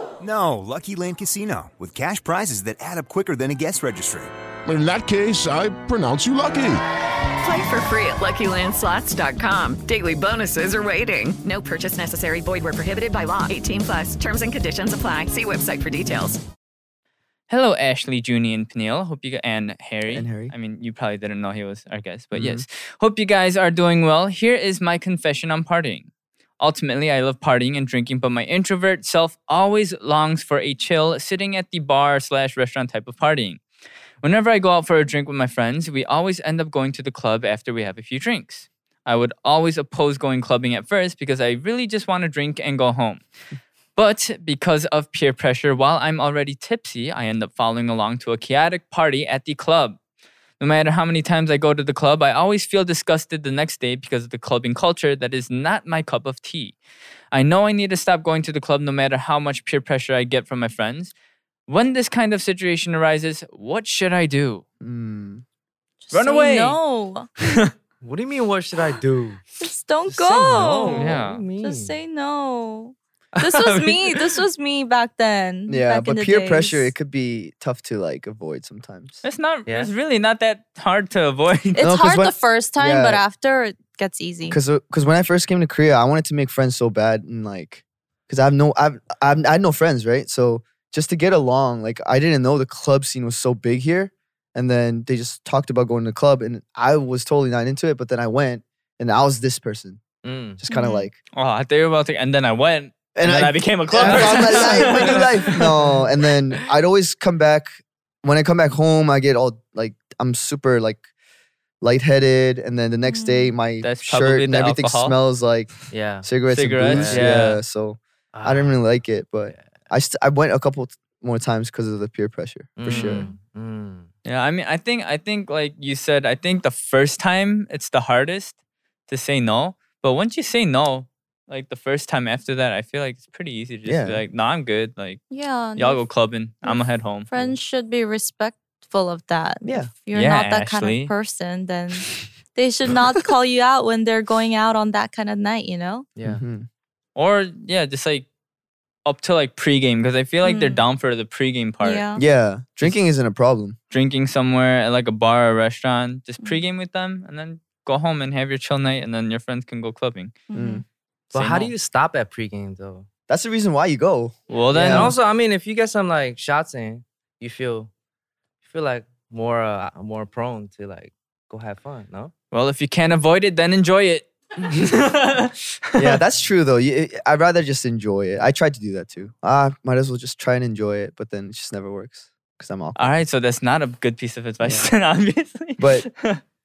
No, Lucky Land Casino with cash prizes that add up quicker than a guest registry. In that case, I pronounce you lucky. Play for free at LuckyLandSlots.com. Daily bonuses are waiting. No purchase necessary. Void were prohibited by law. 18 plus. Terms and conditions apply. See website for details. Hello, Ashley, Junie, and Peniel. Hope you gu- and Harry. And Harry. Mm-hmm. I mean, you probably didn't know he was our guest, but yes. Hope you guys are doing well. Here is my confession on partying. Ultimately, I love partying and drinking, but my introvert self always longs for a chill, sitting at the bar slash restaurant type of partying. Whenever I go out for a drink with my friends, we always end up going to the club after we have a few drinks. I would always oppose going clubbing at first because I really just want to drink and go home. But because of peer pressure, while I'm already tipsy, I end up following along to a chaotic party at the club. No matter how many times I go to the club, I always feel disgusted the next day because of the clubbing culture that is not my cup of tea. I know I need to stop going to the club no matter how much peer pressure I get from my friends. When this kind of situation arises, what should I do? Mm. Just Run say away. No. What do you mean? What should I do? Just don't Just go. say no. Yeah. What do you mean? Just say no. This was me. This was me back then. Yeah, back in but the peer pressure days. it could be tough to like avoid sometimes. It's not. Yeah. It's really not that hard to avoid. It's No, 'cause hard when- the first time, yeah. but after it gets easy. Cause, uh, cause when I first came to Korea, I wanted to make friends so bad, and like, cause I have no, I've, I've, I had no friends, right? So just to get along, like, I didn't know the club scene was so big here, and then they just talked about going to the club, and I was totally not into it, but then I went, and I was this person, Mm. just kind of Mhm. like, Oh, I thought you were about to. And then I went, and, then I, became a club. I found my person. life, my new life. No, and then I'd always come back. When I come back home, I get all like I'm super like lightheaded, and then the next Mm. day my That's shirt probably and the everything alcohol. smells like Yeah. cigarettes, and Cigarettes, booze. yeah. Yeah. so I didn't really like it, but I st- I went a couple t- more times because of the peer pressure for sure. Mm, mm. Yeah, I mean, I think, I think, like you said, I think the first time it's the hardest to say no. But once you say no, like the first time after that, I feel like it's pretty easy to just be Yeah. like, no, I'm good. Like, yeah. y'all no go clubbing. I'm gonna head home. Friends should be respectful of that. Yeah. If you're Yeah, not that kind Ashley. of person, then they should not call you out when they're going out on that kind of night, you know? Yeah. Mhm. Or, yeah, just like up to like pregame, because I feel like they're Mm. down for the pregame part. Yeah. yeah, drinking isn't a problem. Drinking somewhere at like a bar or restaurant, Mm. just pregame with them and then go home and have your chill night, and then your friends can go clubbing. Mm. But Say how no. do you stop at pregame though? That's the reason why you go. Well, then And Yeah. also, I mean, if you get some like shots in, you feel, you feel like more, uh, more prone to like go have fun. No. Well, if you can't avoid it, then enjoy it. yeah, that's true though. You, it- I'd rather just enjoy it. I tried to do that too. Ah, might as well just try and enjoy it, but then it just never works because I'm awkward. All right, so that's not a good piece of advice, then, obviously. But-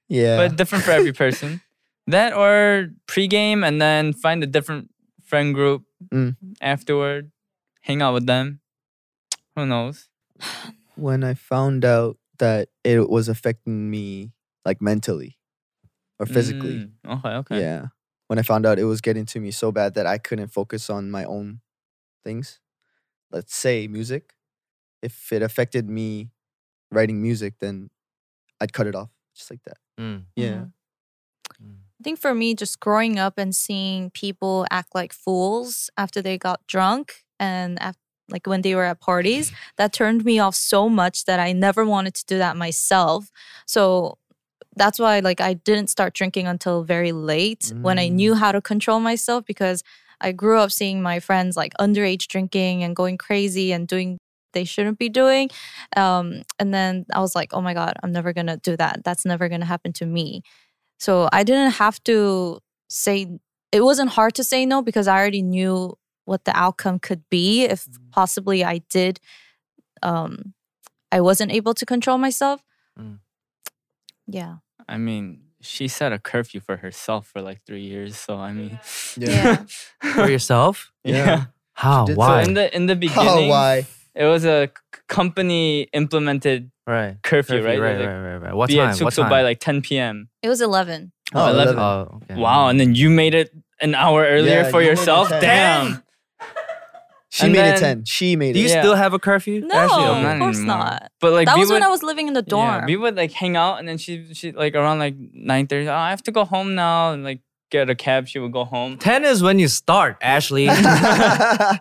yeah, but different for every person. that or pregame, and then find a different friend group Mm. afterward, hang out with them. Who knows? when I found out that it was affecting me like mentally or physically, Mm, okay, okay. yeah, when I found out it was getting to me so bad that I couldn't focus on my own things, let's say music, if it affected me writing music, then I'd cut it off just like that. Mm. Mm-hmm. Yeah. I think for me, just growing up and seeing people act like fools after they got drunk and af- like when they were at parties, that turned me off so much that I never wanted to do that myself. So that's why like I didn't start drinking until very late when I Mm. knew how to control myself because I grew up seeing my friends like underage drinking and going crazy and doing they shouldn't be doing. Um, and then I was like, oh my God, I'm never gonna do that. That's never gonna happen to me. So I didn't have to say, it wasn't hard to say no because I already knew what the outcome could be if Mm-hmm. possibly I did, um, I wasn't able to control myself. Mm. Yeah. I mean, she set a curfew for herself for like three years, so I mean, Yeah. For yourself? yeah. How? did so. Why? In the in the beginning, Oh, why? it was a c- company implemented right. curfew, right? It was Right. like, Right. Right. right. What be time? at What Suksu time? by like 10 p.m. It was 11. Oh, 11. Oh, okay. Wow, and then you made it an hour earlier Yeah, for you made it yourself. 10. Damn. She And made then- it 10. She made Do you it. Yeah. still have a curfew? No, Ashley? of Okay. course anymore. not. But like that we was would, when I was living in the dorm. Yeah, we would like hang out, and then she she like around like 9:30. Oh, I have to go home now, and like get a cab. She would go home. Ten is when you start, Ashley.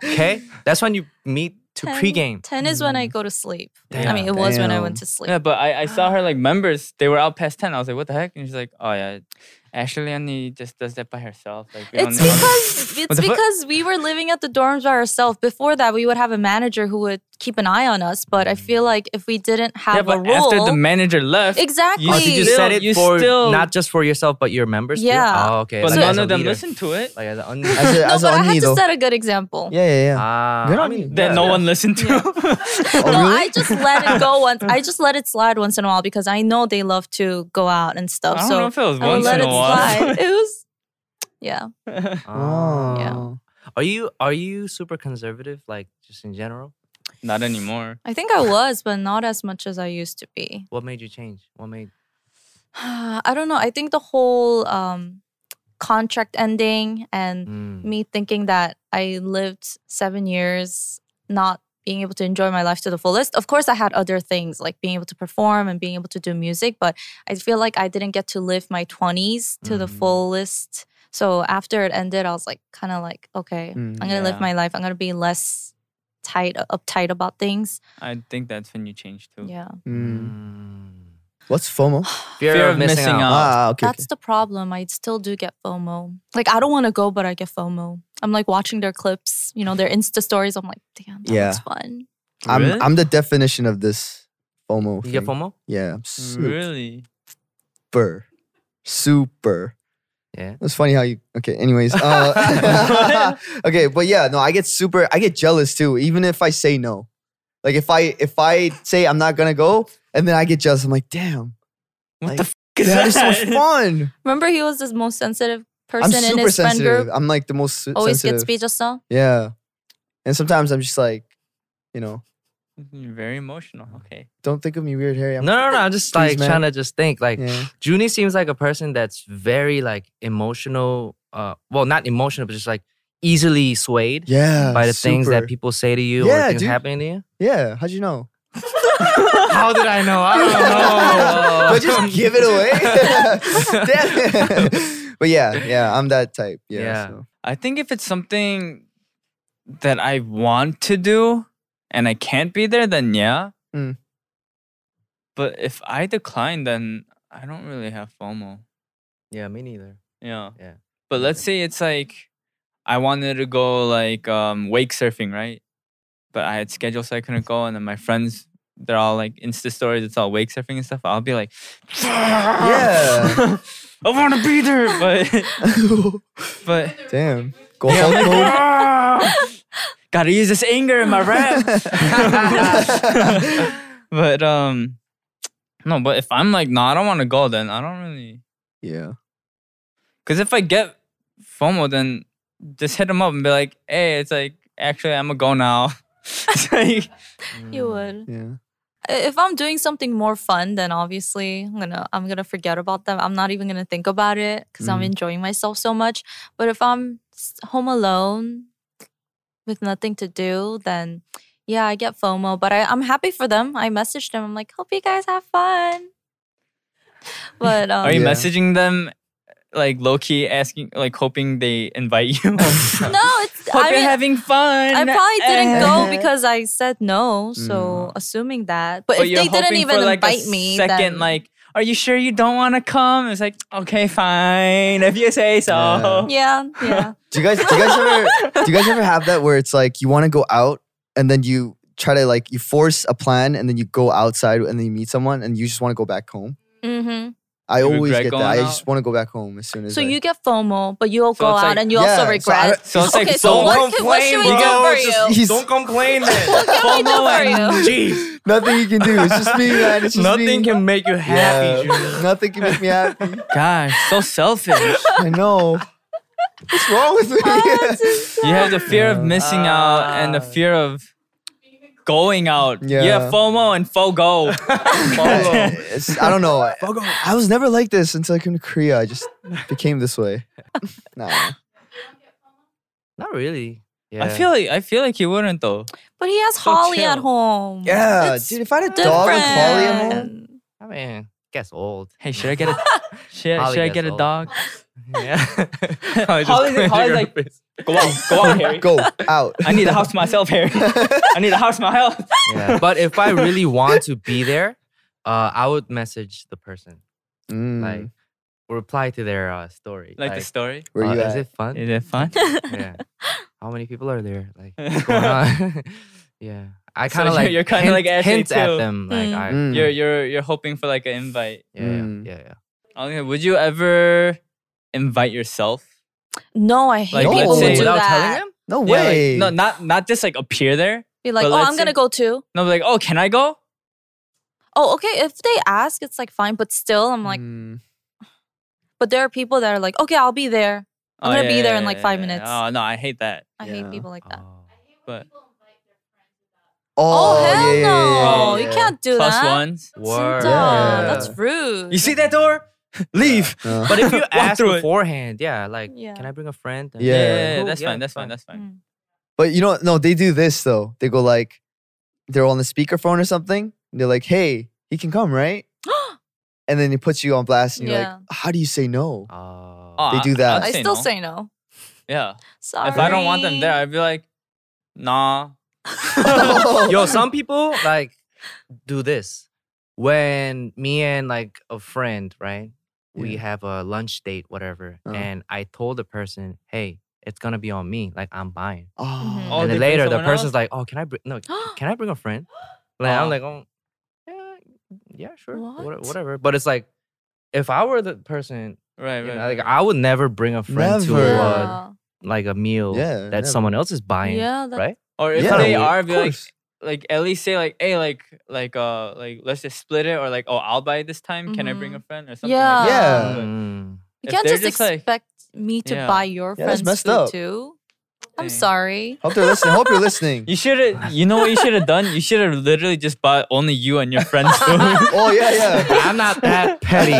okay, that's when you meet to 10 pregame. 10 is when I go to sleep. I mean, it Damn. was when I went Damn. to sleep. Mm-hmm. Yeah, but I, I saw her like members. They were out past 10. I was like, what the heck? And she's like, oh yeah, Ashley only just does that by herself. Like we don't It's know." because What it's the fuck? because we were living at the dorms by ourselves. Before that, we would have a manager who would keep an eye on us. But I feel like if we didn't have Mm. yeah, a but rule, after the manager left, exactly. You Oh, did you still- set it you for still- not just for yourself, but your members? too? Yeah. Oh, okay. but like, as none a of them leader. listened to it. Like as an as a, no, as but a I had onion, to though. set a good example. yeah, yeah, yeah. Ah, Good on I mean, you. That no one listened to. no, Oh, really? I just let it go once. I just let it slide once in a while because I know they love to go out and stuff. I don't so know if it was I would once let in a it while. slide. it was, yeah. Oh. Yeah. Are you are you super conservative, like just in general? Not anymore. I think I was, but not as much as I used to be. What made you change? What made I don't know. I think the whole um, contract ending and Mm. me thinking that I lived seven years not being able to enjoy my life to the fullest. Of course, I had other things like being able to perform and being able to do music, but I feel like I didn't get to live my 20s to the Mm. fullest. So after it ended, I was like, kind of like, okay, Mm, I'm going to yeah. live my life. I'm going to be less tight, uh, uptight about things. I think that's when you change too. Yeah. Mm. Mm. What's FOMO? fear, Fear of missing, out? Ah, okay. okay. That's the problem. I still do get FOMO. Like I don't want to go, but I get FOMO. I'm like watching their clips, you know, their Insta stories. I'm like, damn, that Yeah. looks fun. I'm Really? I'm the definition of this FOMO. You get thing. FOMO? Yeah, I'm super, Really? super. Yeah. It's funny how you. Okay. Anyways. Uh, okay, but yeah, no, I get super. I get jealous too, even if I say no. Like if I if I say I'm not gonna go, and then I get jealous. I'm like, damn, What Like, the f- is that is so much that? fun. Remember, he was the most sensitive I'm person in super his friend sensitive. group. I'm like the most su- Always sensitive. gets speechless now. Yeah. And sometimes I'm just like, you know, You're very emotional. Okay. don't think of me weird, Harry. No, I'm no, no. I'm just Please, like man. trying to just think. Like Yeah. Junie seems like a person that's very like emotional. Uh, well, not emotional, but just like easily swayed Yeah. by the things super. that people say to you Yeah, or things dude. happening to you. Yeah. How'd you know? How did I know? I but don't know. just give it away. Damn it. but yeah, yeah, I'm that type. Yeah. Yeah. so. I think if it's something that I want to do and I can't be there, then yeah. Mm. But if I decline, then I don't really have FOMO. yeah, me neither. Yeah. Yeah. But let's say it's like I wanted to go like um, wake surfing, right? But I had scheduled so I couldn't go, and then my friends. They're all like Insta stories. It's all wake surfing and stuff. I'll be like, Yeah. I want to be there, but but Damn. Go Hulk Hogan. gotta use this anger in my rap. but um, no. But if I'm like, no, I don't want to go, then I don't really. Yeah. Because if I get FOMO, then just hit them up and be like, hey, it's like, actually, I'm going to go now. It's like, Mm. You would. Yeah. If I'm doing something more fun, then obviously I'm gonna I'm gonna forget about them. I'm not even gonna think about it because I'm Mhm. enjoying myself so much. But if I'm s- home alone with nothing to do, then yeah, I get FOMO. But I, I'm happy for them. I messaged them. I'm like, hope you guys have fun. But um, are you Yeah. messaging them, like, low key asking, like, hoping they invite you? no, it's Hope I you're mean, having fun. I probably didn't go Eh. because I said no. So assuming that, but, But if you're they didn't hoping even for, like, a invite me, Second, then, like, are you sure you don't want to come? It's like, okay, fine. If you say so. Yeah. yeah, yeah. Do you guys do you guys ever do you guys ever have that where it's like you want to go out and then you try to like you force a plan and then you go outside and then you meet someone and you just want to go back home? hmm I You always regret get that. going I out? just want to go back home as soon as So I, you get FOMO, but you'll So go it's out like- and you Yeah, also so I- regret. So it's like, okay, so FOMO. what, can, what should we do bro. for Just- you? He's- Don't complain What then. can we do for you? Jeez. nothing you can do. It's just me, man. It's just me. Nothing can make you happy. Yeah. Nothing can make me happy. Gosh, so selfish. I know. What's wrong with me? You have the fear of missing out and the Ah. fear of going out. Yeah, Yeah. you have FOMO and FOGO. FOGO. It's- I don't know. I, I was never like this until I came to Korea. I just became this way. Nah. Not really. Yeah. I feel like I feel like you wouldn't though. But he has So Holly at chill. home. Yeah, It's dude. If I had a different. dog and Polly at home, I mean, gets old. Hey, should I get a should, Holly should I gets get a old. dog? Yeah. Holly's- Holly's like- Go on, go on, Harry. go out. I need a house myself, Harry. I need a house myself. Yeah. But if I really want to be there, uh, I would message the person, Mm, like reply to their uh, story. Like the story. where uh, you Is at? it fun? Is it fun? yeah. How many people are there? Like, what's going on? yeah. I So kind of you're- like you're kinda hint- like Ashley hint at too. them. Like, Mm. I, Mm. You're you're you're hoping for like an invite. yeah, yeah, Mm. yeah, yeah. Okay, would you ever invite yourself? No, I hate Like, let's people who say- do without telling that. them? no Yeah, like, way. no, not not just like appear there. Be like, But oh, let's I'm gonna say- go too. No, like, oh, can I go? Oh, okay. If they ask, it's like fine. But still, I'm like, Mm, but there are people that are like, okay, I'll be there. Oh, I'm gonna yeah, be there yeah, in like yeah, five yeah. minutes. Oh no, I hate that. Uh, I Yeah. hate people like that. Oh. But Oh, hell yeah, yeah, no! yeah, Oh, yeah, yeah. You can't do plus that. ones. Word. Duh, Yeah. That's rude. You see that door? Leave. Uh, But if you Walk ask through it. beforehand, yeah, like, Yeah. can I bring a friend? And- Yeah. Yeah, Yeah, yeah, cool, that's yeah, fine. That's fine. fine. That's fine. Mm. But you know, no, they do this though. They go like, they're on the speakerphone or something. And they're like, "Hey, he can come, right?" and then he puts you on blast, and you're Yeah. like, "How do you say no?" Oh. Oh, They I- do I'd that. Mm. I still no. say no. yeah. Sorry. If I don't want them there, I'd be like, nah. "Oh." Yo, some people like do this. When me and like a friend, right? We Yeah. have a lunch date, whatever. Uh-huh. And I told the person, hey, it's gonna be on me. Like I'm buying. Oh, Oh, and they then bring later the someone person's else? like, oh, can I bring no, can I bring a friend? Like Oh. I'm like, oh, yeah, yeah, sure, wha- What? whatever. But it's like, if I were the person, Right, you right. know, like I would never bring a friend to Never. uh, yeah. like a meal Yeah, that never. someone else is buying, yeah, that, right? or if Yeah, they well, are, of be like, course. like at least say like, hey, like, like, uh, like, let's just split it, or like, oh, I'll buy it this time. Can I bring a Mhm. friend or something? Like Yeah. that. Uh, But Mm. You if can't they're just, just, like- expect me to Yeah. buy your Yeah, that's friends messed food up. too. Dang. I'm sorry. hope they're listening. hope you're listening. You should have. You know what you should have done? You should have literally just bought only you and your friends food. oh yeah, yeah, I'm not that petty.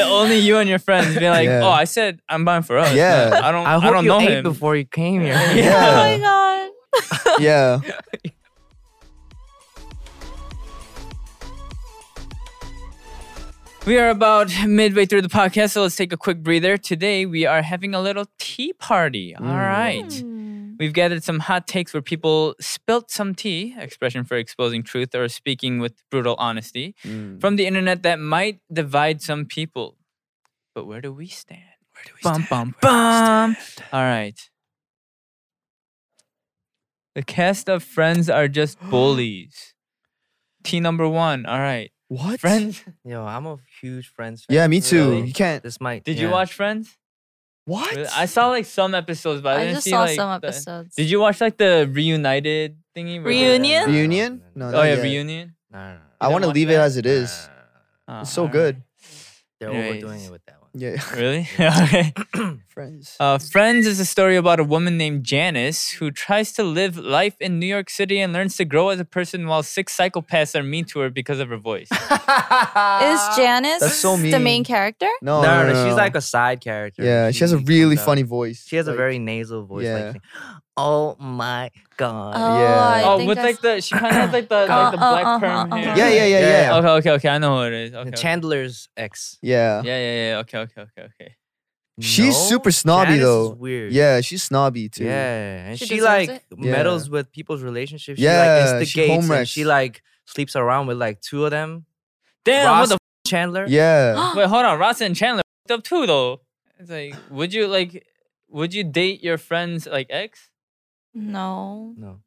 only you and your friends be like, oh, Yeah. I said I'm buying for us. Yeah. I don't. I I, hope don't you know ate him. before you came here. Oh yeah, my god. yeah. We are about midway through the podcast, so let's take a quick breather. Today we are having a little tea party. All right. We've gathered some hot takes where people spilt some tea, expression for exposing truth or speaking with brutal honesty, Mm. from the internet that might divide some people. But where do we stand? Where do we bum, stand? Bum, bum. All right. The cast of Friends are just bullies. Tea number one. All right. What? Friends. Yo, I'm a huge Friends fan. Yeah, me too. Really. You can't. This might. Did you yeah. watch Friends? What? Really? I saw like some episodes, but I, I didn't just see saw like. some the- episodes. Did you watch like the reunited thingy? where they're- Reunion? Reunion? No, No, no, Oh not yeah, yet. reunion. no, no, no, no. I don't want to watch leave it that? as it is. Oh, It's so alright. good. They're Anyways. overdoing it with that one. Yeah, Really? okay. friends. Uh, Friends is a story about a woman named Janice who tries to live life in New York City and learns to grow as a person while six psychopaths are mean to her because of her voice. Ah. Is Janice That's so the main mean. character? No, No, no, no, she's like Oh, no. a side character. Yeah, she has a really comes out- funny voice. She has a Like, very nasal voice. yeah. Like, saying, oh my god. Oh, Uh, Yeah. I oh, think with I like s- the she kind of has like the like the Uh, uh, black uh, perm uh, hair. uh. Yeah, yeah, yeah, Yeah, yeah. Okay, okay, okay. I know who it is. Oh, Okay. And okay. Chandler's ex. Yeah. Yeah, yeah, yeah. Okay, okay, okay, okay. She's No? super snobby, Janice is though. weird. Yeah, she's snobby too. Yeah, and She she, deserves like it. Yeah. meddles with people's relationships. Yeah, she like she home instigates and wrecks. she like sleeps around with like two of them. Damn, Ross what the and Chandler? Yeah. Wait, hold on. Ross and Chandler fucked up too, though. It's like, would you like, would you date your friend's like ex? No. No.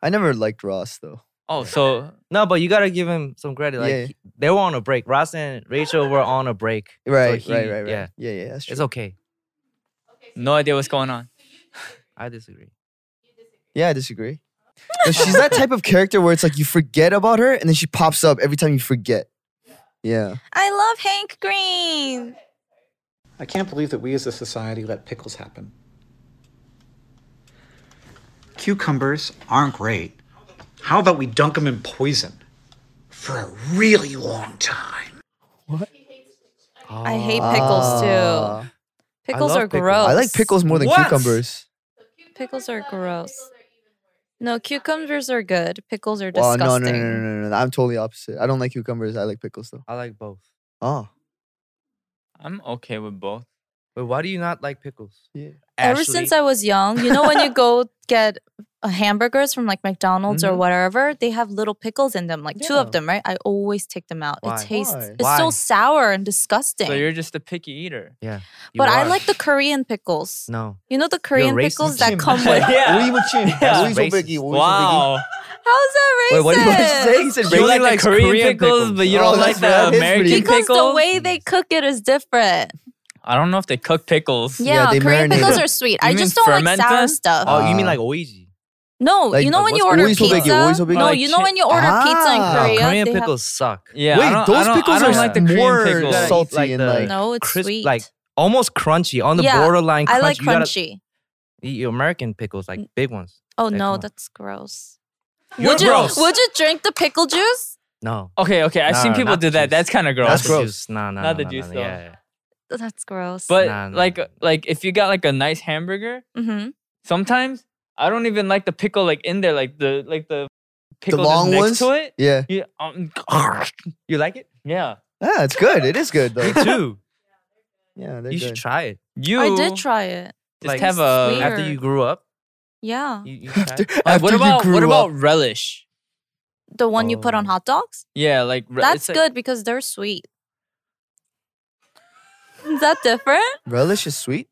I never liked Ross though. Oh, so No, but you gotta give him some credit. Like Yeah. he- they were on a break. Ross and Rachel were on a break. So Right, he- right, right, right. Yeah. Yeah, yeah, that's true. It's okay. no idea what's going on. I disagree. Yeah, I disagree. No, she's that type of character where it's like you forget about her and then she pops up every time you forget. Yeah. I love Hank Green. I can't believe that we as a society let pickles happen. Cucumbers aren't great. How about we dunk them in poison for a really long time? I hate pickles Ah. too. Oh, Pickles love are pickles. gross. I like pickles more than What? cucumbers. Pickles are gross. No, cucumbers are good. Pickles are Wow, disgusting. Oh, no, no, no, no, no, no, no. I'm totally opposite. I don't like cucumbers. I like pickles though. I like both. Oh, I'm okay with both. Wait, why do you not like pickles? yeah. Ever Ashley? since I was young, you know when you go get uh, hamburgers from like McDonald's or Mhm. wherever, they have little pickles in them, like two Yeah. of them, right? I always take them out. Why? It tastes Why? it's Why? so sour and disgusting. So you're just a picky eater. Yeah. you but I are. like the Korean pickles. No. You know the Korean racist, pickles that Jim. come with Yeah. Uri Wuchin. Yeah. Uri Wuchin. Racist. Uri Wuchin. Wow. How's that racist? Wait, what did you say? He said You racist. like, the Korean, pickles, but you Oh, don't that's like right. the It's American pretty- Because pickles. the way they cook it is different. I don't know if they cook pickles. Yeah, they Korean marinate pickles it. are sweet. You I mean just don't like sour fermented? stuff. Oh, you mean like Uh, oiji? no, like, you know uh, when you what's- order always pizza. will make it, always will make it. no, Like you know chi- when you order pizza in Ah, Korea, Korean they have- pickles suck. Yeah. I Wait, don't- I those don't- I pickles don't are like the Korean more pickles. Gotta eat, salty like, and the- like no, it's Crisp, sweet. like almost crunchy on the Yeah, borderline. Crunchy. I like You gotta crunchy. eat your American pickles, like big ones. Oh no, that's gross. You're would you gross. would you drink the pickle juice? No. Okay, okay. I've No, seen no, people not do that. That's kind of gross. That's Not the gross. juice. No, no, Not no, the no, juice no, though. yeah, yeah. That's gross. But Nah, nah, like, like if you got like a nice hamburger, Mhm. sometimes I don't even like the pickle like in there, like the like the pickle that's long next ones? to it. Yeah. You, um, you like it? Yeah. Yeah, it's good. It is good though. Me too. Yeah, they're You should good. try it. You I did try it. just have a. Sweet. after you grew up. Yeah. You, you tried it? Like, what After you about grew what about up. relish? The one you put on hot dogs? Yeah, like re- That's Oh. it's like- good because they're sweet. Is that different? relish is sweet?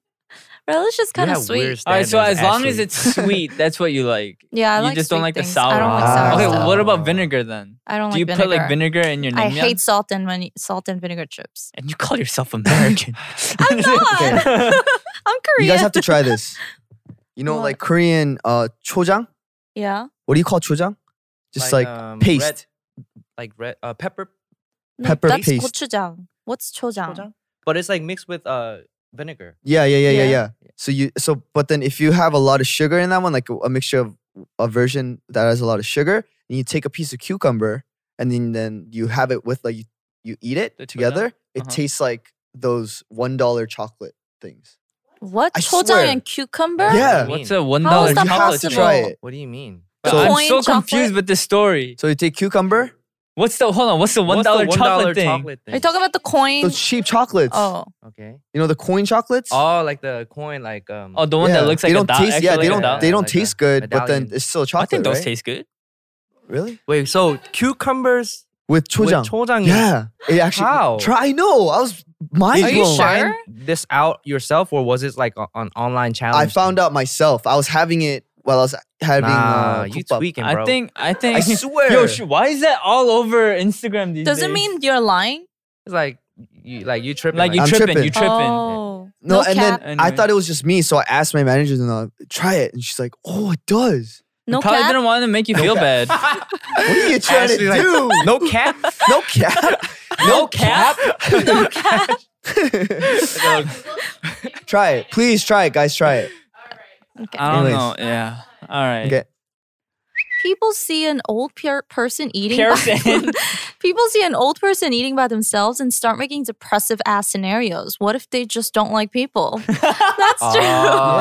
Relish is kind You of have sweet. weird All right, so as standards, long as Ashley. it's sweet, that's what you like. Yeah, I you like just don't sweet like things. the sour. I don't like ones. sour okay, stuff. what about vinegar then? I don't Do you like put vinegar. like vinegar in your? I naengmyeon? hate salt and vine- salt and vinegar chips. And you call yourself American? I'm not. I'm Korean. You guys have to try this. You know, What? like Korean uh chojang? Yeah. What do you call chojang? Just like, um, paste. red- like red uh, pepper, No, Pepper that's paste. gochujang. What's chojang? Gochujang? but it's like mixed with uh vinegar. Yeah, yeah, yeah, yeah, Yeah. yeah. So you so but then if you have a lot of sugar in that one, like a, a mixture of a version that has a lot of sugar, and you take a piece of cucumber and then then you have it with like you, you eat it The together, chojang? it Uh-huh. tastes like those one dollar chocolate things. What I chojang swear. and cucumber? Yeah. What's a one How dollar is that You have chocolate? to possible? try it. What do you mean? So- I'm Plain so chocolate? confused with this story. So you take cucumber, What's the hold on? What's the one What's the dollar chocolate $1 thing? chocolate Are you talking about the coin? those cheap chocolates. Oh, Okay. You know the coin chocolates? Oh, like the coin, like um. Oh, the one Yeah. that looks they like don't a dot. taste. Yeah, actually they a don't. dot. They don't like taste a good, but then medallion. it's still I chocolate. think those right? taste good. really wait. So cucumbers with with chojang. chojang. yeah, it actually. How? Try. I know. I was mind Did Are blown. you you find sure? this out yourself, or was it like a- an online I challenge? found out myself. I was having it while I was having Nah, uh, you poop up. tweaking, bro. I think. I think. I swear. Yo, sh- why is that all over Instagram these days? doesn't mean you're lying. it's like you, like you tripping. like you I'm tripping, tripping. You tripping. Oh, no, no, and cap. then I Anyway. thought it was just me, so I asked my manager and uh, try it, and she's like, "Oh, it does. no Probably cap. didn't want to make you feel bad. What are you trying to Ashley's like, do? no cap. no cap. no cap. try it, please. Try it, guys. Try it. I don't Anyways. know. Yeah. All right. Okay. People see an old per- person eating. by- Person. people see an old person eating by themselves and start making depressive ass scenarios. What if they just don't like people? That's true. Oh,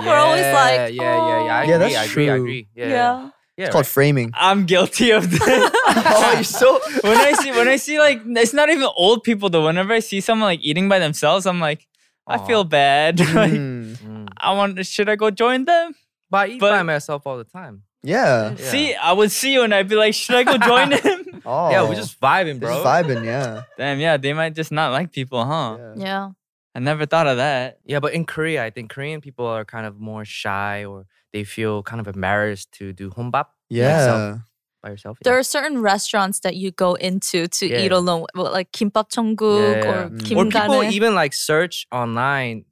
yeah. We're always yeah, like, yeah, yeah. I Yeah, agree, that's I agree, I true. agree. Yeah, yeah. yeah. yeah It's called framing. I'm guilty of this. oh, you're so. when I see when I see like it's not even old people though. Whenever I see someone like eating by themselves, I'm like, I Aw. feel bad. like, Mm, Mm. I want. Should I go join them? But I eat But- by myself all the time. yeah. Yeah. See, I would see you and I'd be like, should I go join them? Oh. Yeah, we're just vibing, They're bro. just vibing. Yeah. Damn, yeah, they might just not like people, huh? yeah. Yeah. I never thought of that. Yeah, but in Korea, I think Korean people are kind of more shy or they feel kind of embarrassed to do hombap Yeah. by yourself. yeah. There are certain restaurants that you go into to Yeah. eat alone, well, like Yeah, kimbap Chongguk yeah. or Mm. or kimgane. people even like search online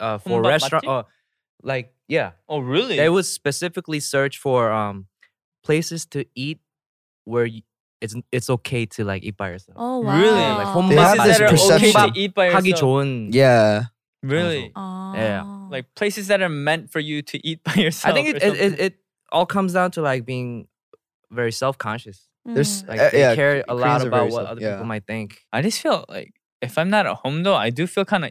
uh, for Hombap restaurant 맛집? or like yeah, Oh, really? they would specifically search for um places to eat where you, it's it's okay to like eat by yourself. oh wow! Really? Yeah, like hombap They have places this that are okay to perception. eat by 하기 yourself. 좋은. Yeah. Really? Oh. Yeah. Like places that are meant for you to eat by yourself. I think it or it, it something. it all comes down to like being very self conscious. There's Mm. Like uh, they yeah, care K- a lot Koreans are about very what self- other yeah. people might think. I just feel like if I'm not at home though, I do feel kind of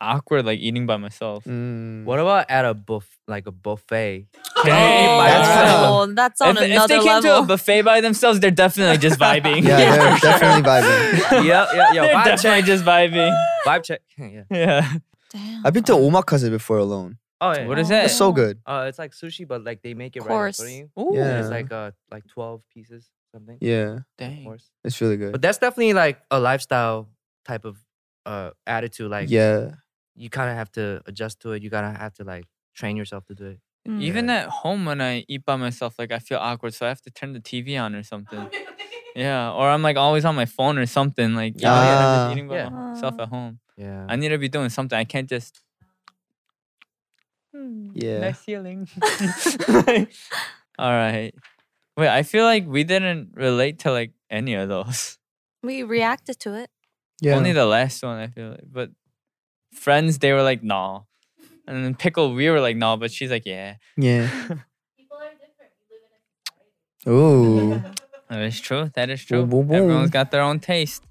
awkward like eating by myself. Mm. What about at a buff like a buffet? Can I Oh, eat by that's myself? kinda- oh, that's on if, if another they came level. to a buffet by themselves, they're definitely just vibing. Yeah, they're definitely vibing. yeah, yeah, they're yeah. Vibe definitely check, just vibing. vibe check. yeah. Yeah. Damn. I've been to omakase before alone. Oh yeah. What is that? It's so good. Uh, it's like sushi, but like they make it Course. right up for you. Ooh. Yeah. It's like uh like twelve pieces something. Yeah, Of Dang. course. it's really good. But that's definitely like a lifestyle type of uh attitude. Like yeah, you kind of have to adjust to it. You gotta have to like train yourself to do it. Mm. Even Yeah. at home when I eat by myself, like I feel awkward, so I have to turn the TV on or something. yeah. Or I'm like always on my phone or something. Like yeah, yeah, I'm Ah. just eating by Yeah. myself at home. Yeah. I need to be doing something. I can't just yeah. mm, nice ceiling. All right. Wait, I feel like we didn't relate to like any of those. we reacted to it. Yeah. Only the last one, I feel like. But friends, they were like, nah. And then Pickle, we were like, nah, but she's like, yeah. Yeah. Ooh. That is true. That is true. Boom, boom, boom. Everyone's got their own taste.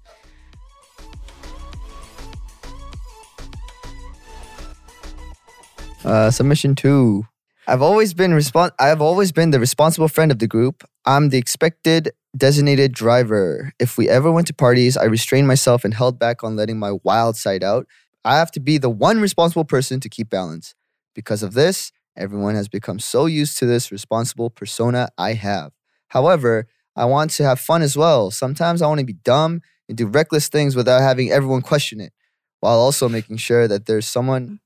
Uh, submission two. I've always been respon- I've always been the responsible friend of the group. I'm the expected designated driver. If we ever went to parties, I restrained myself and held back on letting my wild side out. I have to be the one responsible person to keep balance. Because of this, everyone has become so used to this responsible persona I have. However, I want to have fun as well. Sometimes I want to be dumb and do reckless things without having everyone question it, while also making sure that there's someone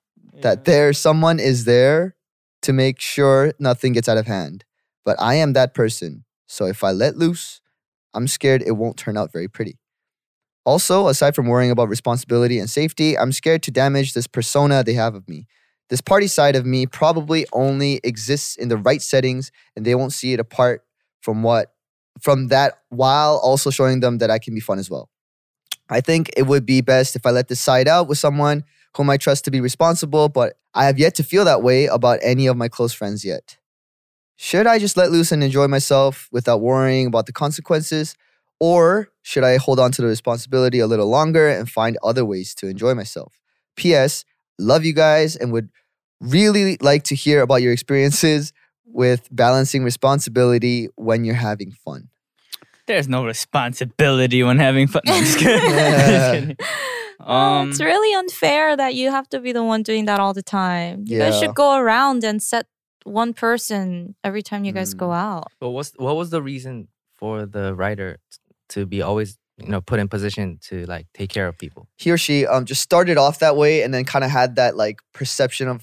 that there someone is there to make sure nothing gets out of hand. But I am that person. So if I let loose, I'm scared it won't turn out very pretty. Also, aside from worrying about responsibility and safety, I'm scared to damage this persona they have of me. This party side of me probably only exists in the right settings and they won't see it apart from what from that while also showing them that I can be fun as well. I think it would be best if I let this side out with someone whom I trust to be responsible, but I have yet to feel that way about any of my close friends yet. Should I just let loose and enjoy myself without worrying about the consequences? Or should I hold on to the responsibility a little longer and find other ways to enjoy myself? P.S. Love you guys and would really like to hear about your experiences with balancing responsibility when you're having fun. There's no responsibility when having fun. No, I'm just kidding. Yeah. Just kidding. Um, Oh, it's really unfair that you have to be the one doing that all the time. You guys Yeah. should go around and set one person every time you guys go Mm. out. But what's what was the reason for the writer t- to be always you know put in position to like take care of people? He or she um, just started off that way and then kind of had that like perception of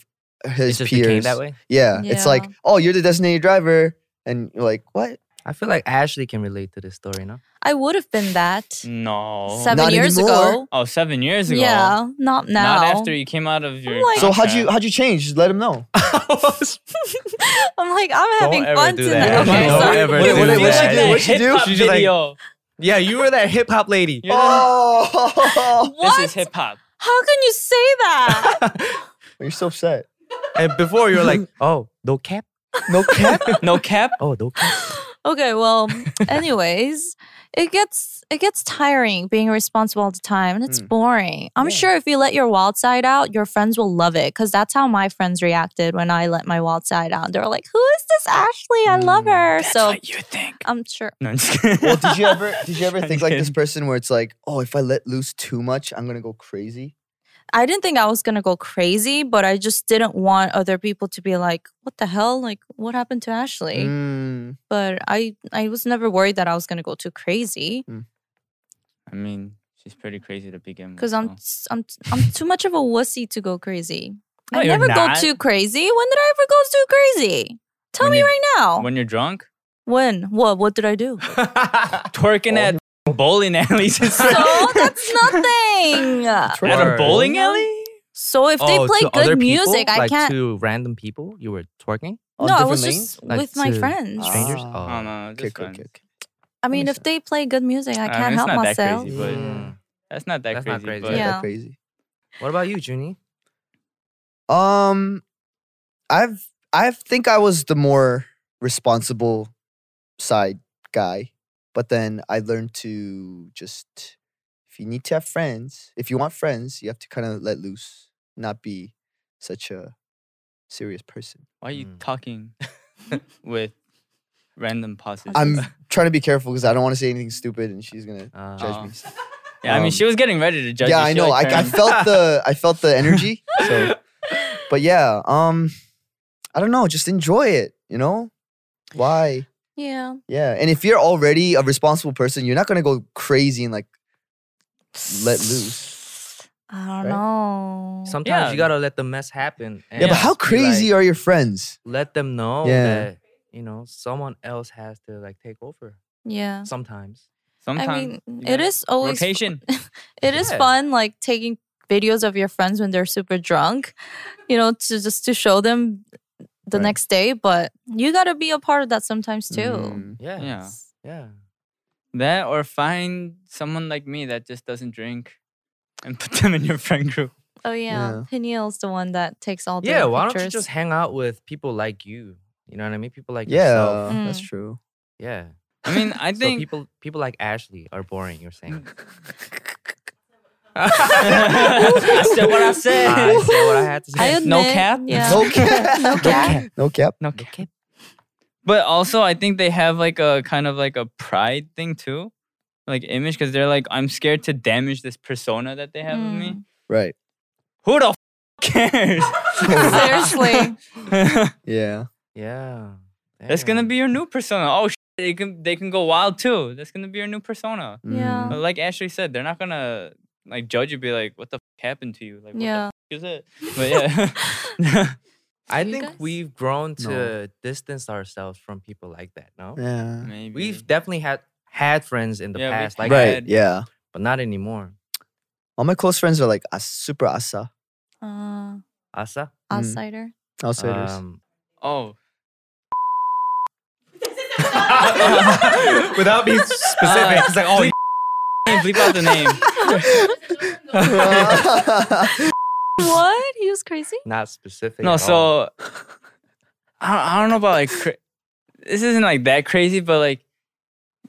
his it just peers. became that way. Yeah, It's like, Yeah. oh, you're the designated driver. And you're like, what? I feel like Ashley can relate to this story, no? I would have been that Mm. no. seven Not years anymore. ago. Oh, seven years ago. Yeah, not now. Not after you came out of your. like- So how'd you contract. how'd you change? Just let him know. I'm like, I'm Don't having ever fun do tonight. that. Okay, Don't sorry. ever Wait, do wait, wait, that. she did- what she do? Hip-hop She's like- video. Yeah, you were that hip hop lady. You're the- Oh, What? This is hip hop. How can you say that? you're so upset. And before you were like, oh, no cap. No cap. No cap. Oh, no cap. okay, well, anyways, it gets it gets tiring being responsible all the time, and it's boring. I'm sure if you let your wild side out, your friends will love it because that's how my friends reacted when I let my wild side out. They were like, "Who is this Ashley? I love her." so you think? I'm sure. No, I'm just kidding. well, did you ever did you ever think like this person where it's like, oh, if I let loose too much, I'm gonna go crazy? I didn't think I was gonna go crazy, but I just didn't want other people to be like, "What the hell? Like, what happened to Ashley?" Mm. But I, I was never worried that I was gonna go too crazy I mean, she's pretty crazy to begin with. because I'm, so. s- I'm, I'm too much of a wussy to go crazy. No, I you're never go not. too crazy. When did I ever go too crazy? Tell When me you- right now. When, When you're drunk, What? What did I do? twerking at bowling alleys. and so stuff. that's nothing. at a Word. bowling alley? So if they Oh, play to other good music, people? I like can't. To random people, you were twerking. On no, I different was lanes? just Like with my to friends. Strangers. Ah. Oh, no, Okay, just okay, fine. okay, okay. I mean, makes if they play good music, I mean, can't Uh, it's help not that myself. crazy, but- Mm. That's not that That's crazy. not crazy. But Not that Yeah. crazy. What about you, Junie? Um, I've I think I was the more responsible side guy, but then I learned to just if you need to have friends, if you want friends, you have to kind of let loose, not be such a serious person. why are you Mm. talking with random pauses? I'm trying to be careful because I don't want to say anything stupid, and she's gonna Uh, judge Oh. me. yeah, I mean, um, she was getting ready to judge. yeah, you. I She, know. like, I, I turned- felt the I felt the energy. So, but yeah, um, I don't know. Just enjoy it. You know, why? Yeah. Yeah, and if you're already a responsible person, you're not gonna go crazy and like let loose. I don't Right? know. Sometimes Yeah. you gotta let the mess happen. Yeah, but Yeah. how just be like, crazy are your friends? let them know Yeah. that you know someone else has to like take over yeah. sometimes. Sometimes I mean, you it gotta- is always rotation. it is Yeah. fun like taking videos of your friends when they're super drunk, you know, to just to show them the Right. next day, but you got to be a part of that sometimes too. Mm, Yeah. Yeah. Yeah. That or find someone like me that just doesn't drink and put them in your friend group. Oh yeah, Peniel's the one that takes all the yeah, why pictures. don't you just hang out with people like you? You know what I mean? People like Yeah, yourself. that's Mm. true. Yeah. I mean, I think people people like Ashley are boring. You're saying. I said what I said. I said what I had to say. I admit, No cap? yeah. No cap. No cap. No cap. No cap. But also, I think they have like a kind of like a pride thing too, like image, because they're like, I'm scared to damage this persona that they have of me. Right. Who the f- cares? Seriously. yeah. Yeah. That's gonna be your new persona. Oh, shit, they can they can go wild too. That's gonna be your new persona. Mm. Yeah. But like Ashley said, they're not gonna like judge you. Be like, what the f- happened to you? Like, what the Yeah. f- is it? But yeah. I You think guys? we've grown to No. distance ourselves from people like that. No. Yeah. Maybe. We've definitely had had friends in the Yeah, we past, like right. that, Yeah. but not anymore. All my close friends are like as- super asa Uh, Asa. outsider. outsiders. Um. oh. Without being specific, it's like, oh, bleep, bleep out the Oh, name. what? He was crazy. not specific. no, at all. so I don't, I don't know about like cra- this isn't like that crazy, but like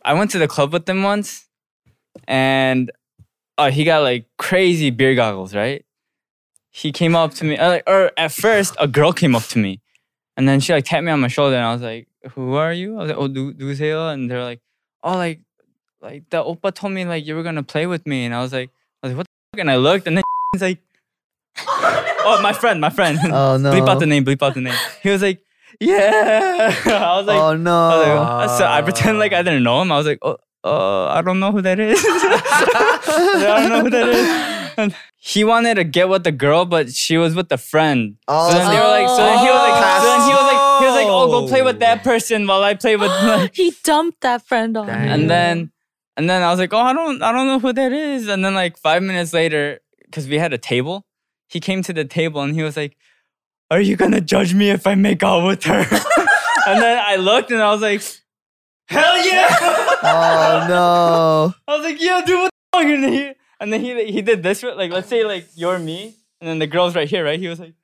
I went to the club with them once, and uh, he got like crazy beer goggles, right? He came up to me, uh, like, or at first a girl came up to me, and then she like tapped me on my shoulder, and I was like, "Who are you?" I was like, "Oh, do do and they're like, "Oh, like like the oppa told me like you were gonna play with me," and I was like, "I was like, what the fuck?" And I looked, and then he's like. Oh, my friend, my friend. Oh no. Bleep out the name, bleep out the name. He was like, yeah. I was like, oh no. I was like, "Oh." so I pretend like I didn't know him. I was like, oh, uh, I don't know who that is. I don't know who that is. And he wanted to get with the girl, but she was with the friend. Oh, so then they were like, so then he was like, so then he was like, he was like, oh, go play with that person while I play with. my-" he dumped that friend on me. and then, and then I was like, oh, I don't, I don't know who that is. And then like five minutes later, because we had a table, he came to the table and he was like, are you gonna judge me if I make out with her? and then I looked and I was like, hell yeah. oh no. I was like, yo, dude, what the fuck? And then he, and then he, he did this, with- like, let's say, like, you're me, and then the girl's right here, right? He was like,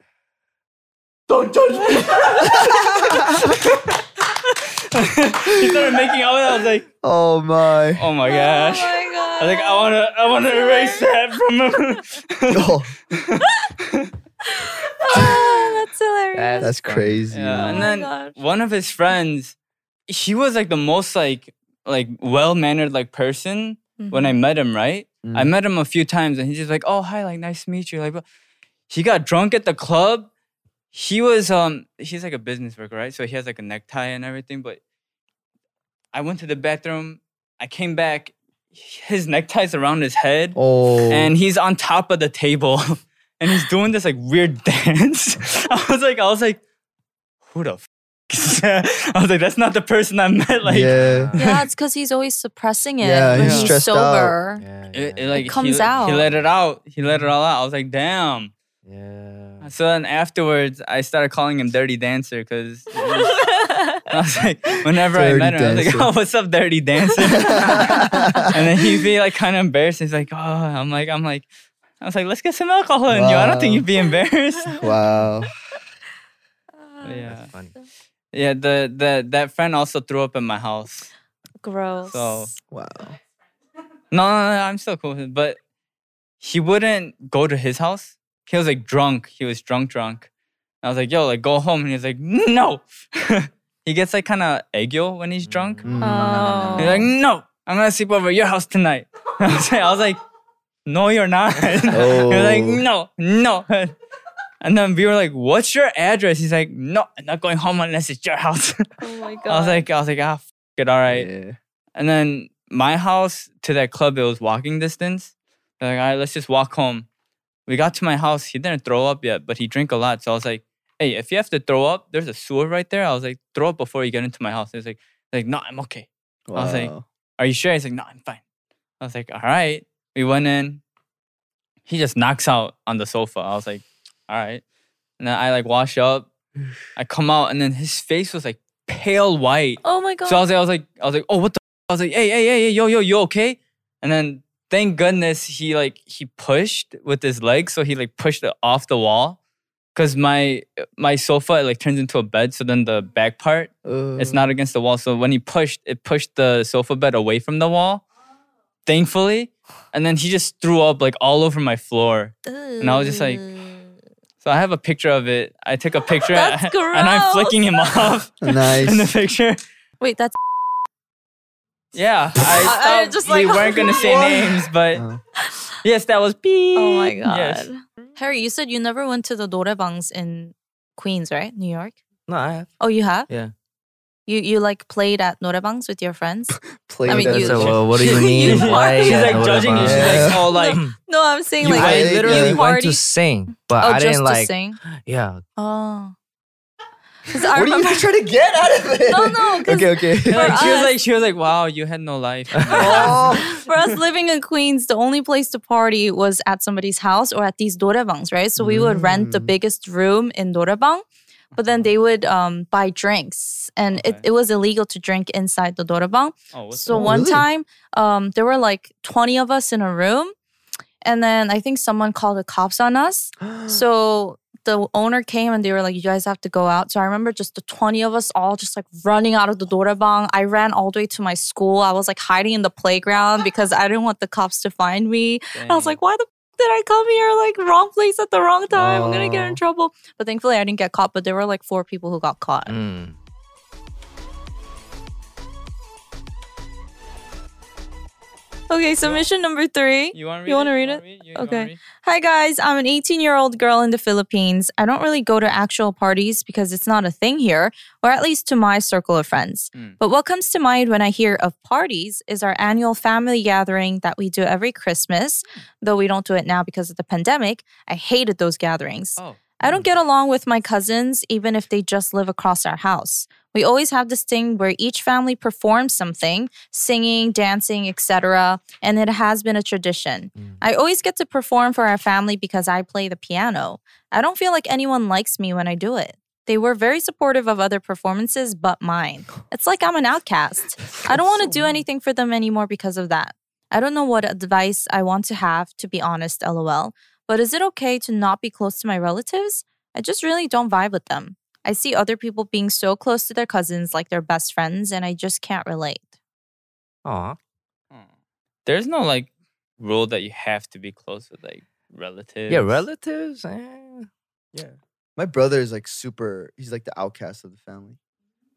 don't judge me. he started making out, and I was like, Oh my. oh my gosh. I was like, I wanna, I wanna erase that from him. Oh, Ah, that's hilarious. That's, That's funny. crazy. Yeah, Oh and my then gosh. one of his friends, he was like the most like like well mannered like person when Mm-hmm. I met him. Right, I met him a few times, and he's just like, "Oh hi, like nice to meet you." Like, blah. he got drunk at the club. He was um he's like a business worker, right? So he has like a necktie and everything. But I went to the bathroom. I came back. His neckties around his head Oh. and he's on top of the table and he's doing this like weird dance. I was like, I was like, who the f- is that? I was like, that's not the person I met. Like, yeah. yeah, it's because he's always suppressing it Yeah, when he's he's, stressed out. sober. Yeah, it, it, like, he comes le- out. He let it out. He let it all out. I was like, damn. yeah. So then afterwards, I started calling him Dirty Dancer because I was like, whenever I Dirty met him, I was like, Dancer. oh, what's up, Dirty Dancer? and then he'd be like kind of embarrassed. He's like, oh, I'm like, I'm like, I was like, let's get some alcohol in you. I don't think Wow. you'd be embarrassed. Wow. yeah. That's funny. Yeah, the the that friend also threw up in my house. Gross. So Wow. no, no, no I'm still cool with him. But he wouldn't go to his house. He was like drunk. He was drunk, drunk. I was like, yo, like go home. And he was like, no. he gets like kind of aggio when he's drunk. Oh. He's like, no, I'm gonna sleep over at your house tonight. I was like, I was like no, you're not. he was like, Oh. no, no. And then we were like, what's your address? He's like, no, I'm not going home unless it's your house. oh my god. I was like, I was like, ah, f- it, all right. Yeah. And then my house to that club, it was walking distance. They're like, all right, let's just walk home. We got to my house. He didn't throw up yet, but he drank a lot. So I was like, hey, if you have to throw up, there's a sewer right there. I was like, throw up before you get into my house. He was like, like, no, I'm okay. Wow. was like, Are you sure? He's like, no, I'm fine. I was like, all right. We went in. He just knocks out on the sofa. I was like, all right. And then I like wash up. I come out, and then his face was like pale white. oh my god. So I was, like, I was like, I was like, oh, what the? f-" I was like, hey, hey, hey, hey, yo, yo, you okay? And then thank goodness he like he pushed with his leg, so he like pushed it off the wall. Cause my my sofa it like turns into a bed, so then the back part it's not against the wall. So when he pushed, it pushed the sofa bed away from the wall. Thankfully, and then he just threw up like all over my floor, and I was just like. So I have a picture of it. I took a picture That's and I'm gross. flicking him off in the Nice. picture. Wait, that's Yeah, I- I I, thought just we like- weren't gonna say Whoa. names, but Uh-huh. yes, that was beep. oh my god. Yes. Harry, you said you never went to the norebangs in Queens, right? New York. No, I have. Oh, you have? Yeah. You you like played at norebangs with your friends? Played I mean, as you- a- So, what do you mean? Why She's Yeah, like judging you. She's like, oh, like no, I'm saying You like played, I yeah. literally you went to partied- sing, but oh, I just didn't to like. sing. Yeah, Oh. 'Cause I What are remember- you trying to get out of it? No, no, 'cause- Okay, okay. like, she was us- like, she was like, wow, you had no life. oh, for us living in Queens, the only place to party was at somebody's house or at these dorebangs, right? So we would rent the biggest room in dorebang, but then they would um, buy drinks, and it, Okay. it was illegal to drink inside the dorebang. oh, what's So that? one Really? time, um, there were like twenty of us in a room, and then I think someone called the cops on us. Uh. so the owner came and they were like, "You guys have to go out." So I remember just the twenty of us all just like running out of the dorebang. I ran all the way to my school. I was like hiding in the playground because I didn't want the cops to find me. I was Dang. like, "Why the f- did I come here? Like wrong place at the wrong time. I'm gonna get in Wow. trouble." But thankfully, I didn't get caught. But there were like four people who got caught. Mm. Okay, so mission number three. you want to read you wanna it? read wanna it? You- you wanna Okay. read? Hi guys, I'm an 18 year old girl in the Philippines. I don't really go to actual parties because it's not a thing here, or at least to my circle of friends. Mm. But what comes to mind when I hear of parties is our annual family gathering that we do every Christmas, though we don't do it now because of the pandemic. I hated those gatherings. Oh, I don't get along with my cousins, even if they just live across our house. We always have this thing where each family performs something, singing, dancing, etc., and it has been a tradition. I always get to perform for our family because I play the piano. I don't feel like anyone likes me when I do it. They were very supportive of other performances but mine. It's like I'm an outcast. I don't want to do anything for them anymore because of that. I don't know what advice I want to have, to be honest, lol. But is it okay to not be close to my relatives? I just really don't vibe with them. I see other people being so close to their cousins like they're best friends, and I just can't relate. Aw. there's no like rule that you have to be close with like relatives. Yeah, relatives. eh. my brother is like super. He's like the outcast of the family.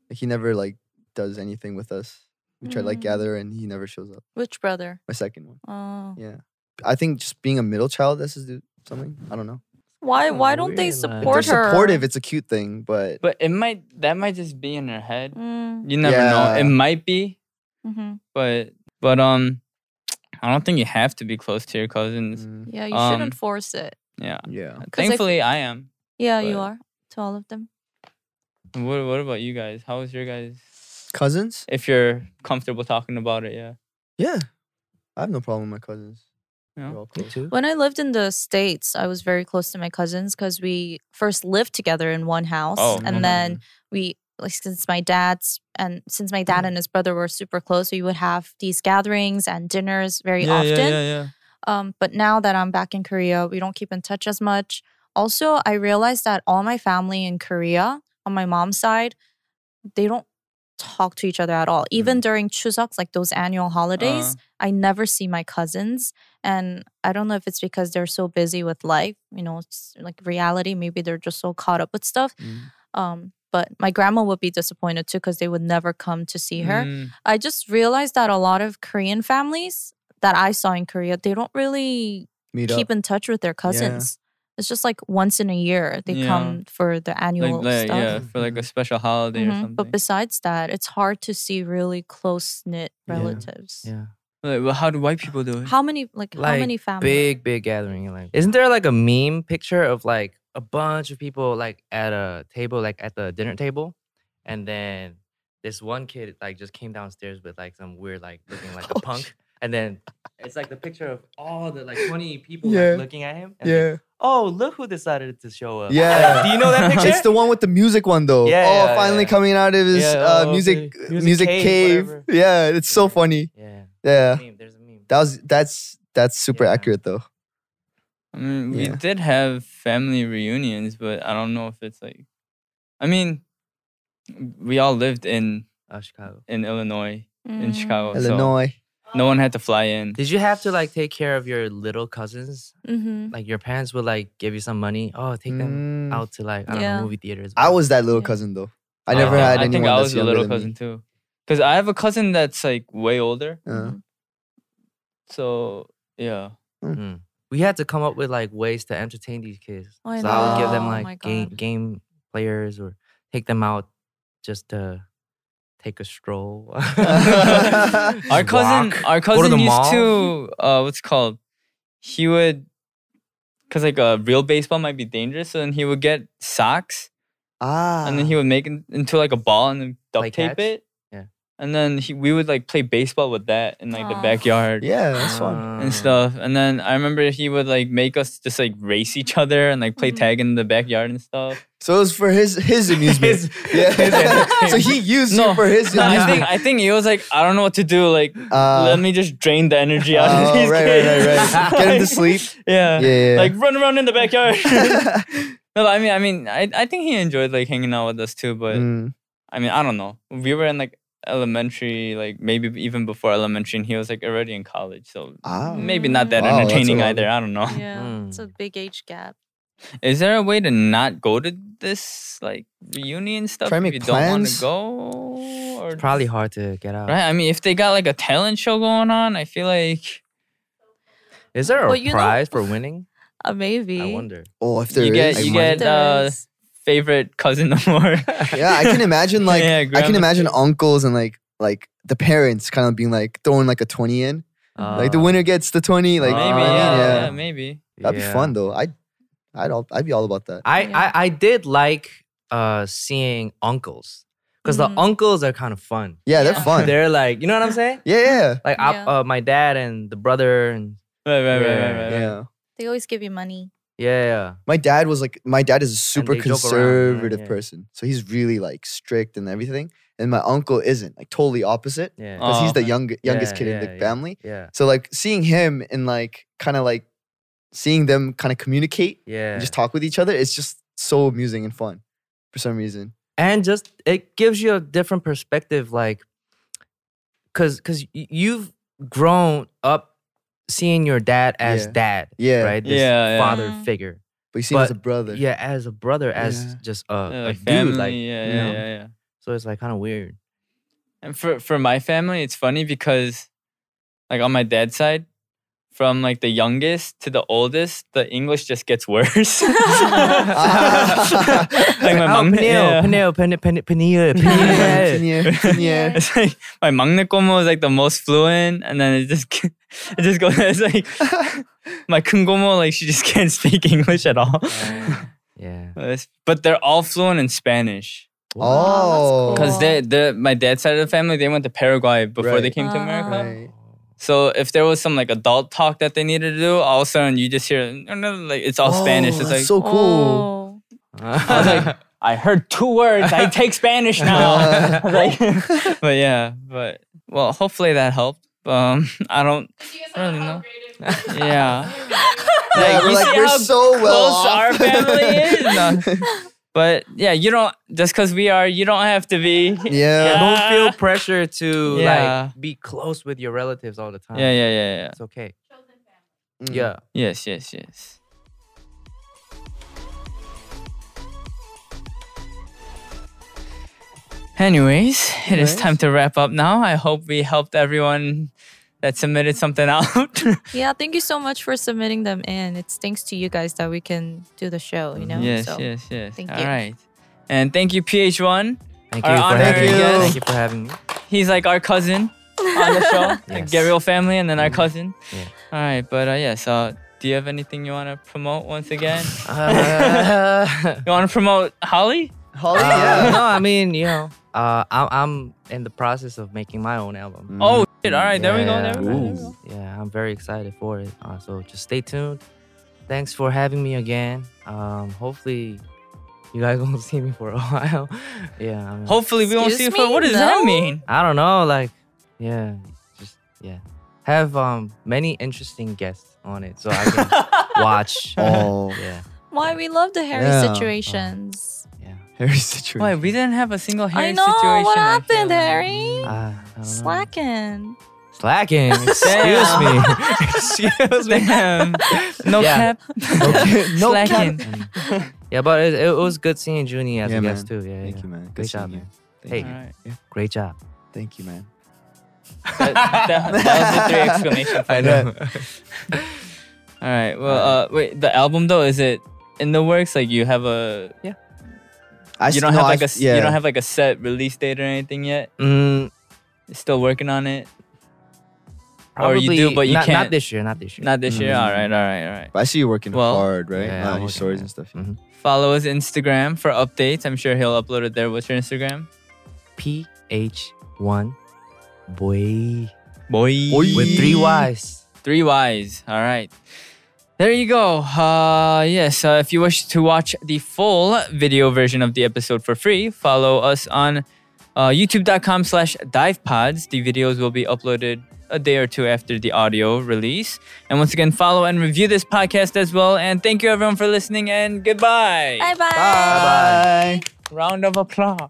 Like he never like does anything with us. We try to like Mm. gather, and he never shows up. Which brother? My second one. Oh, Yeah, I think just being a middle child. This is something I don't know. why? Oh, Why don't they weird, man. If support they're her? supportive. It's a cute thing, but But it might that might just be in her head. Mm, You never know. Yeah. It might be, mhm. but but um, I don't think you have to be close to your cousins. mm, Yeah, you Um, shouldn't force it. Mm. Yeah. yeah. if- Thankfully, I am. Yeah, you but- are to all of them. What What about you guys? How was your guys? Cousins? If you're comfortable talking about it, yeah. Yeah, I have no problem with my cousins. Yeah. We're all Me close. too. Mm-hmm. When I lived in the States, I was very close to my cousins because we first lived together in one house. Oh, and okay. then we, like, since my dad's and since my Mm-hmm. dad and his brother were super close, we would have these gatherings and dinners very yeah, often. yeah, yeah, yeah. Um, but now that I'm back in Korea, we don't keep in touch as much. Also, I realized that all my family in Korea, on my mom's side, they don't talk to each other at all. Even during Chuseok, like those annual holidays, Uh. I never see my cousins. And I don't know if it's because they're so busy with life, you know, it's like reality. Maybe they're just so caught up with stuff. Mm. Um, but my grandma would be disappointed too because they would never come to see her. Mm, I just realized that a lot of Korean families that I saw in Korea, they don't really Meet keep up. in touch with their cousins. It's just like once in a year they Yeah. come for the annual like, like stuff. yeah, for like a special holiday or Mhm. something. But besides that, it's hard to see really close knit Yeah. relatives. Yeah. Like, well, how do white people do it? How many like, how Like, many families? Big, big gathering. Like, isn't there like a meme picture of like a bunch of people like at a table, like at the dinner table, and then this one kid like just came downstairs with like some weird like looking like a punk, and then it's like the picture of all the like twenty people Yeah. like looking at him. And yeah. Yeah, oh, look who decided to show up. Yeah. Do you know that picture? it's the one with the music one though. Yeah, oh, yeah, finally yeah. coming out of his Yeah, uh, oh, music okay. music, cave. whatever. yeah, it's so Yeah. funny. Yeah. Yeah, Meme, There's a meme. that was that's that's super accurate though. I mean, Yeah. we did have family reunions, but I don't know if it's like. I mean, we all lived in Chicago, in Illinois, in Mm-hmm. Mm. Chicago, so Illinois. no one had to fly in. Did you have to like take care of your little cousins? Mm-hmm. Like your parents would like give you some money. Oh, take them out to like I don't Yeah. know movie theaters. Mm. I was that little cousin though. I Oh, never had I anyone think I that's was a younger little cousin than me. too, because I have a cousin that's like way older. Uh. Uh-huh. Mm-hmm. So yeah, Mm. We had to come up with like ways to entertain these kids. I so I would give know. them Oh my like game game players or take them out just to take a stroll. our cousin, our cousin used to uh, what's it called. He would, cause like a real baseball might be dangerous, so then he would get socks. Ah. And then he would make it into like a ball and then duct Like tape catch? it. Yeah. And then he, we would like play baseball with that in like the Aw. backyard. Yeah, Ah. that's Um, fun. And stuff. And then I remember he would like make us just like race each other and like play tag in the backyard and stuff. So it was for his his amusement. yeah. so he used you for his No, I amusement. think I think he was like, I don't know what to do. Like, Uh, let me just drain the energy out of Oh, these right, right, kids. right, right. Get him to sleep. Yeah. Yeah, yeah. Like run around in the backyard. no, I mean, I mean, I, I think he enjoyed like hanging out with us too. But Mm. I mean, I don't know. We were in like elementary, like maybe even before elementary, and he was like already in college. So Ah. maybe not that Wow, that's a entertaining lot. either. I don't know. Yeah, it's Hmm. a big age gap. Is there a way to not go to this like reunion stuff Try if and you make don't want to go? Or Probably hard to get out. right? I mean, if they got like a talent show going on, I feel like Is there a Well, you know- prize for winning? Uh, maybe. I wonder. Oh, if there you is, get I you might. get uh, favorite cousin award. yeah, I can imagine like Yeah, I can grandma. imagine uncles and like like the parents kind of being like throwing like a twenty in. like Ah. the winner gets the twenty. Like maybe you know what I mean? yeah, yeah. yeah, maybe. That'd be Uh, Yeah. fun though. I I'd all, I'd be all about that. I, I I did like uh seeing uncles because the uncles are kind of fun. Yeah, they're fun. They're like, you know what I'm saying? Yeah, yeah. Like I, uh, my dad and the brother and right, right, yeah, right, right, Yeah. They always give you money. yeah, yeah. My dad was like, my dad is a super they joke around, yeah, conservative yeah. person, so he's really like strict and everything. And my uncle isn't like totally opposite Yeah. because Oh, he's Uh-huh. the okay. young, youngest Yeah, kid in yeah, the yeah, family. yeah. So like seeing him and like kind of like seeing them kind of communicate, Yeah. and just talk with each other. It's just so amusing and fun for some reason. and just it gives you a different perspective like because because you've grown up seeing your dad as Yeah. dad Yeah. right this Yeah, yeah. father figure But you see him as a brother. yeah as a brother as Yeah. just a, Yeah, a like dude family, like yeah, you yeah, know? yeah, yeah. so it's like kind of weird And for for my family, it's funny because, like on my dad's side, from like the youngest to the oldest, the English just gets worse. like my oh, mom, Peniel, Peniel, Peniel, Peniel, Peniel, Peniel. yeah. it's like my Magna Como is like the most fluent, and then it just g- it just goes. It's like my Kungomo, like she just can't speak English at all. Yeah, but they're all fluent in Spanish. Oh, Because they, the my dad's side of the family, they went to Paraguay before they Right. Ah. came to America. So if there was some like adult talk that they needed to do, all of a sudden you just hear "No, no," like it's all Oh, Spanish. It's like that's Oh. so cool. Oh. I was like, I heard two words. I take Spanish now. like, but yeah, but well, hopefully that helped. Um, I don't really know. yeah. Yeah, we're you like, see we're how so well close off. our family is. No. But yeah, you don't just because we are, you don't have to be. Yeah. don't feel pressure to Yeah. like be close with your relatives all the time Yeah, yeah, yeah, yeah. it's okay Mm. yeah Yes, yes, yes. Anyways, it is time to wrap up now. I hope we helped everyone that submitted something out. Yeah, thank you so much for submitting them in. It's thanks to you guys that we can do the show, you know? yes, so, yes, yes. Thank All you. right. And thank you, PH1. thank you Our for honorary having me guest. thank you for having me He's like our cousin on the show, like Yes. Mm. Gabriel family, and then our cousin. Yeah. All right, but uh, yes, uh, do you have anything you want to promote once again? Uh, you want to promote Holly? Holly, Uh, yeah. no, I mean, you know, uh, I'm, I'm in the process of making my own album. Mm. Oh, shit. All right, there we go. Yeah, There we go. there we go. Yeah, I'm very excited for it. Uh, so just stay tuned. Thanks for having me again. Um, hopefully, you guys won't see me for a while. yeah. I mean, Hopefully, we won't see you Excuse for me? what does that No? mean? I don't know. Like, yeah, just yeah. have um many interesting guests on it, so I can watch. Oh. yeah. Why we love the Harry Yeah. situations. Harry situation. Why we didn't have a single Harry I know situation? what I Uh-huh. happened, Harry. Ah, Slacking. slacking. Excuse me. Excuse me. Damn. No Yeah. cap. Okay. No cap. Slacking. Yeah, but it, it was good seeing Junie as Yeah, a man. guest too. Yeah, Thank yeah. you, man. Good Great job, seeing you. man. Thank Hey, All right. great job. Thank you, man. That, that- that was the three exclamation I points. know. All right. Well, uh, wait. The album though is it in the works? Like you have a I you s- don't no, have I like a s- s- you don't have like a set release date or anything yet. Mm, Still working on it. Or probably you do, but you not, can't- Not this year. Not this year. Not this year. Mm. All right. All right. All right. I see you working Well, hard, right? yeah, Yeah, I'm your working stories hard. and stuff. Mhm. Follow his Instagram for updates. I'm sure he'll upload it there. What's your Instagram? P H one boy Boy. with three Y's. Three Y's. All right. There you go. Uh, yes, uh, if you wish to watch the full video version of the episode for free, follow us on uh, youtube.com slash divepods. The videos will be uploaded a day or two after the audio release. And once again, follow and review this podcast as well. And thank you everyone for listening and goodbye. Bye-bye. Bye. Round of applause.